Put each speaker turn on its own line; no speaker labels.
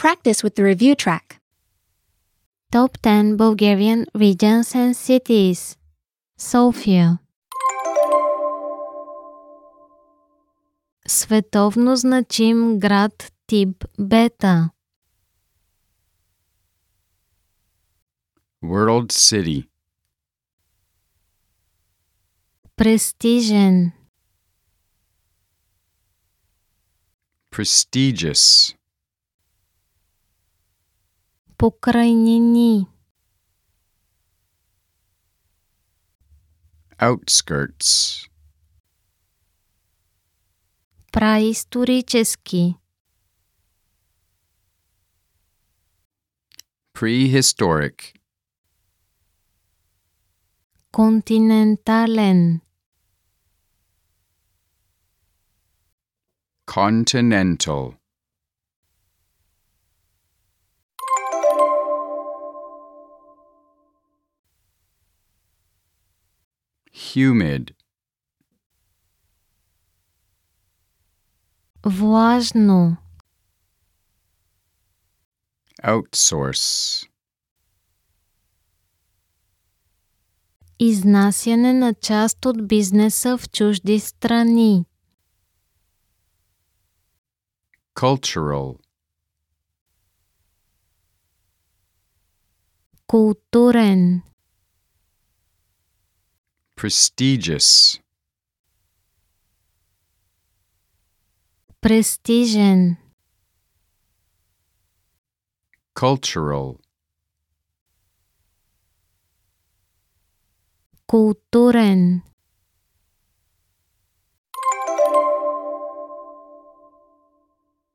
practice with the review track.
Top 10 Bulgarian regions and cities. София. Световно значим град тип Бета.
World City,
Престижен.
prestigious,
Покрайнини.
outskirts,
Праисторически.
prehistoric,
Континентален.
continental, humid,
Влажно.
outsource,
Изнасяне на част от бизнеса в чужди страни.
cultural,
Културен.
prestigious,
Престижен.
cultural,
Културен.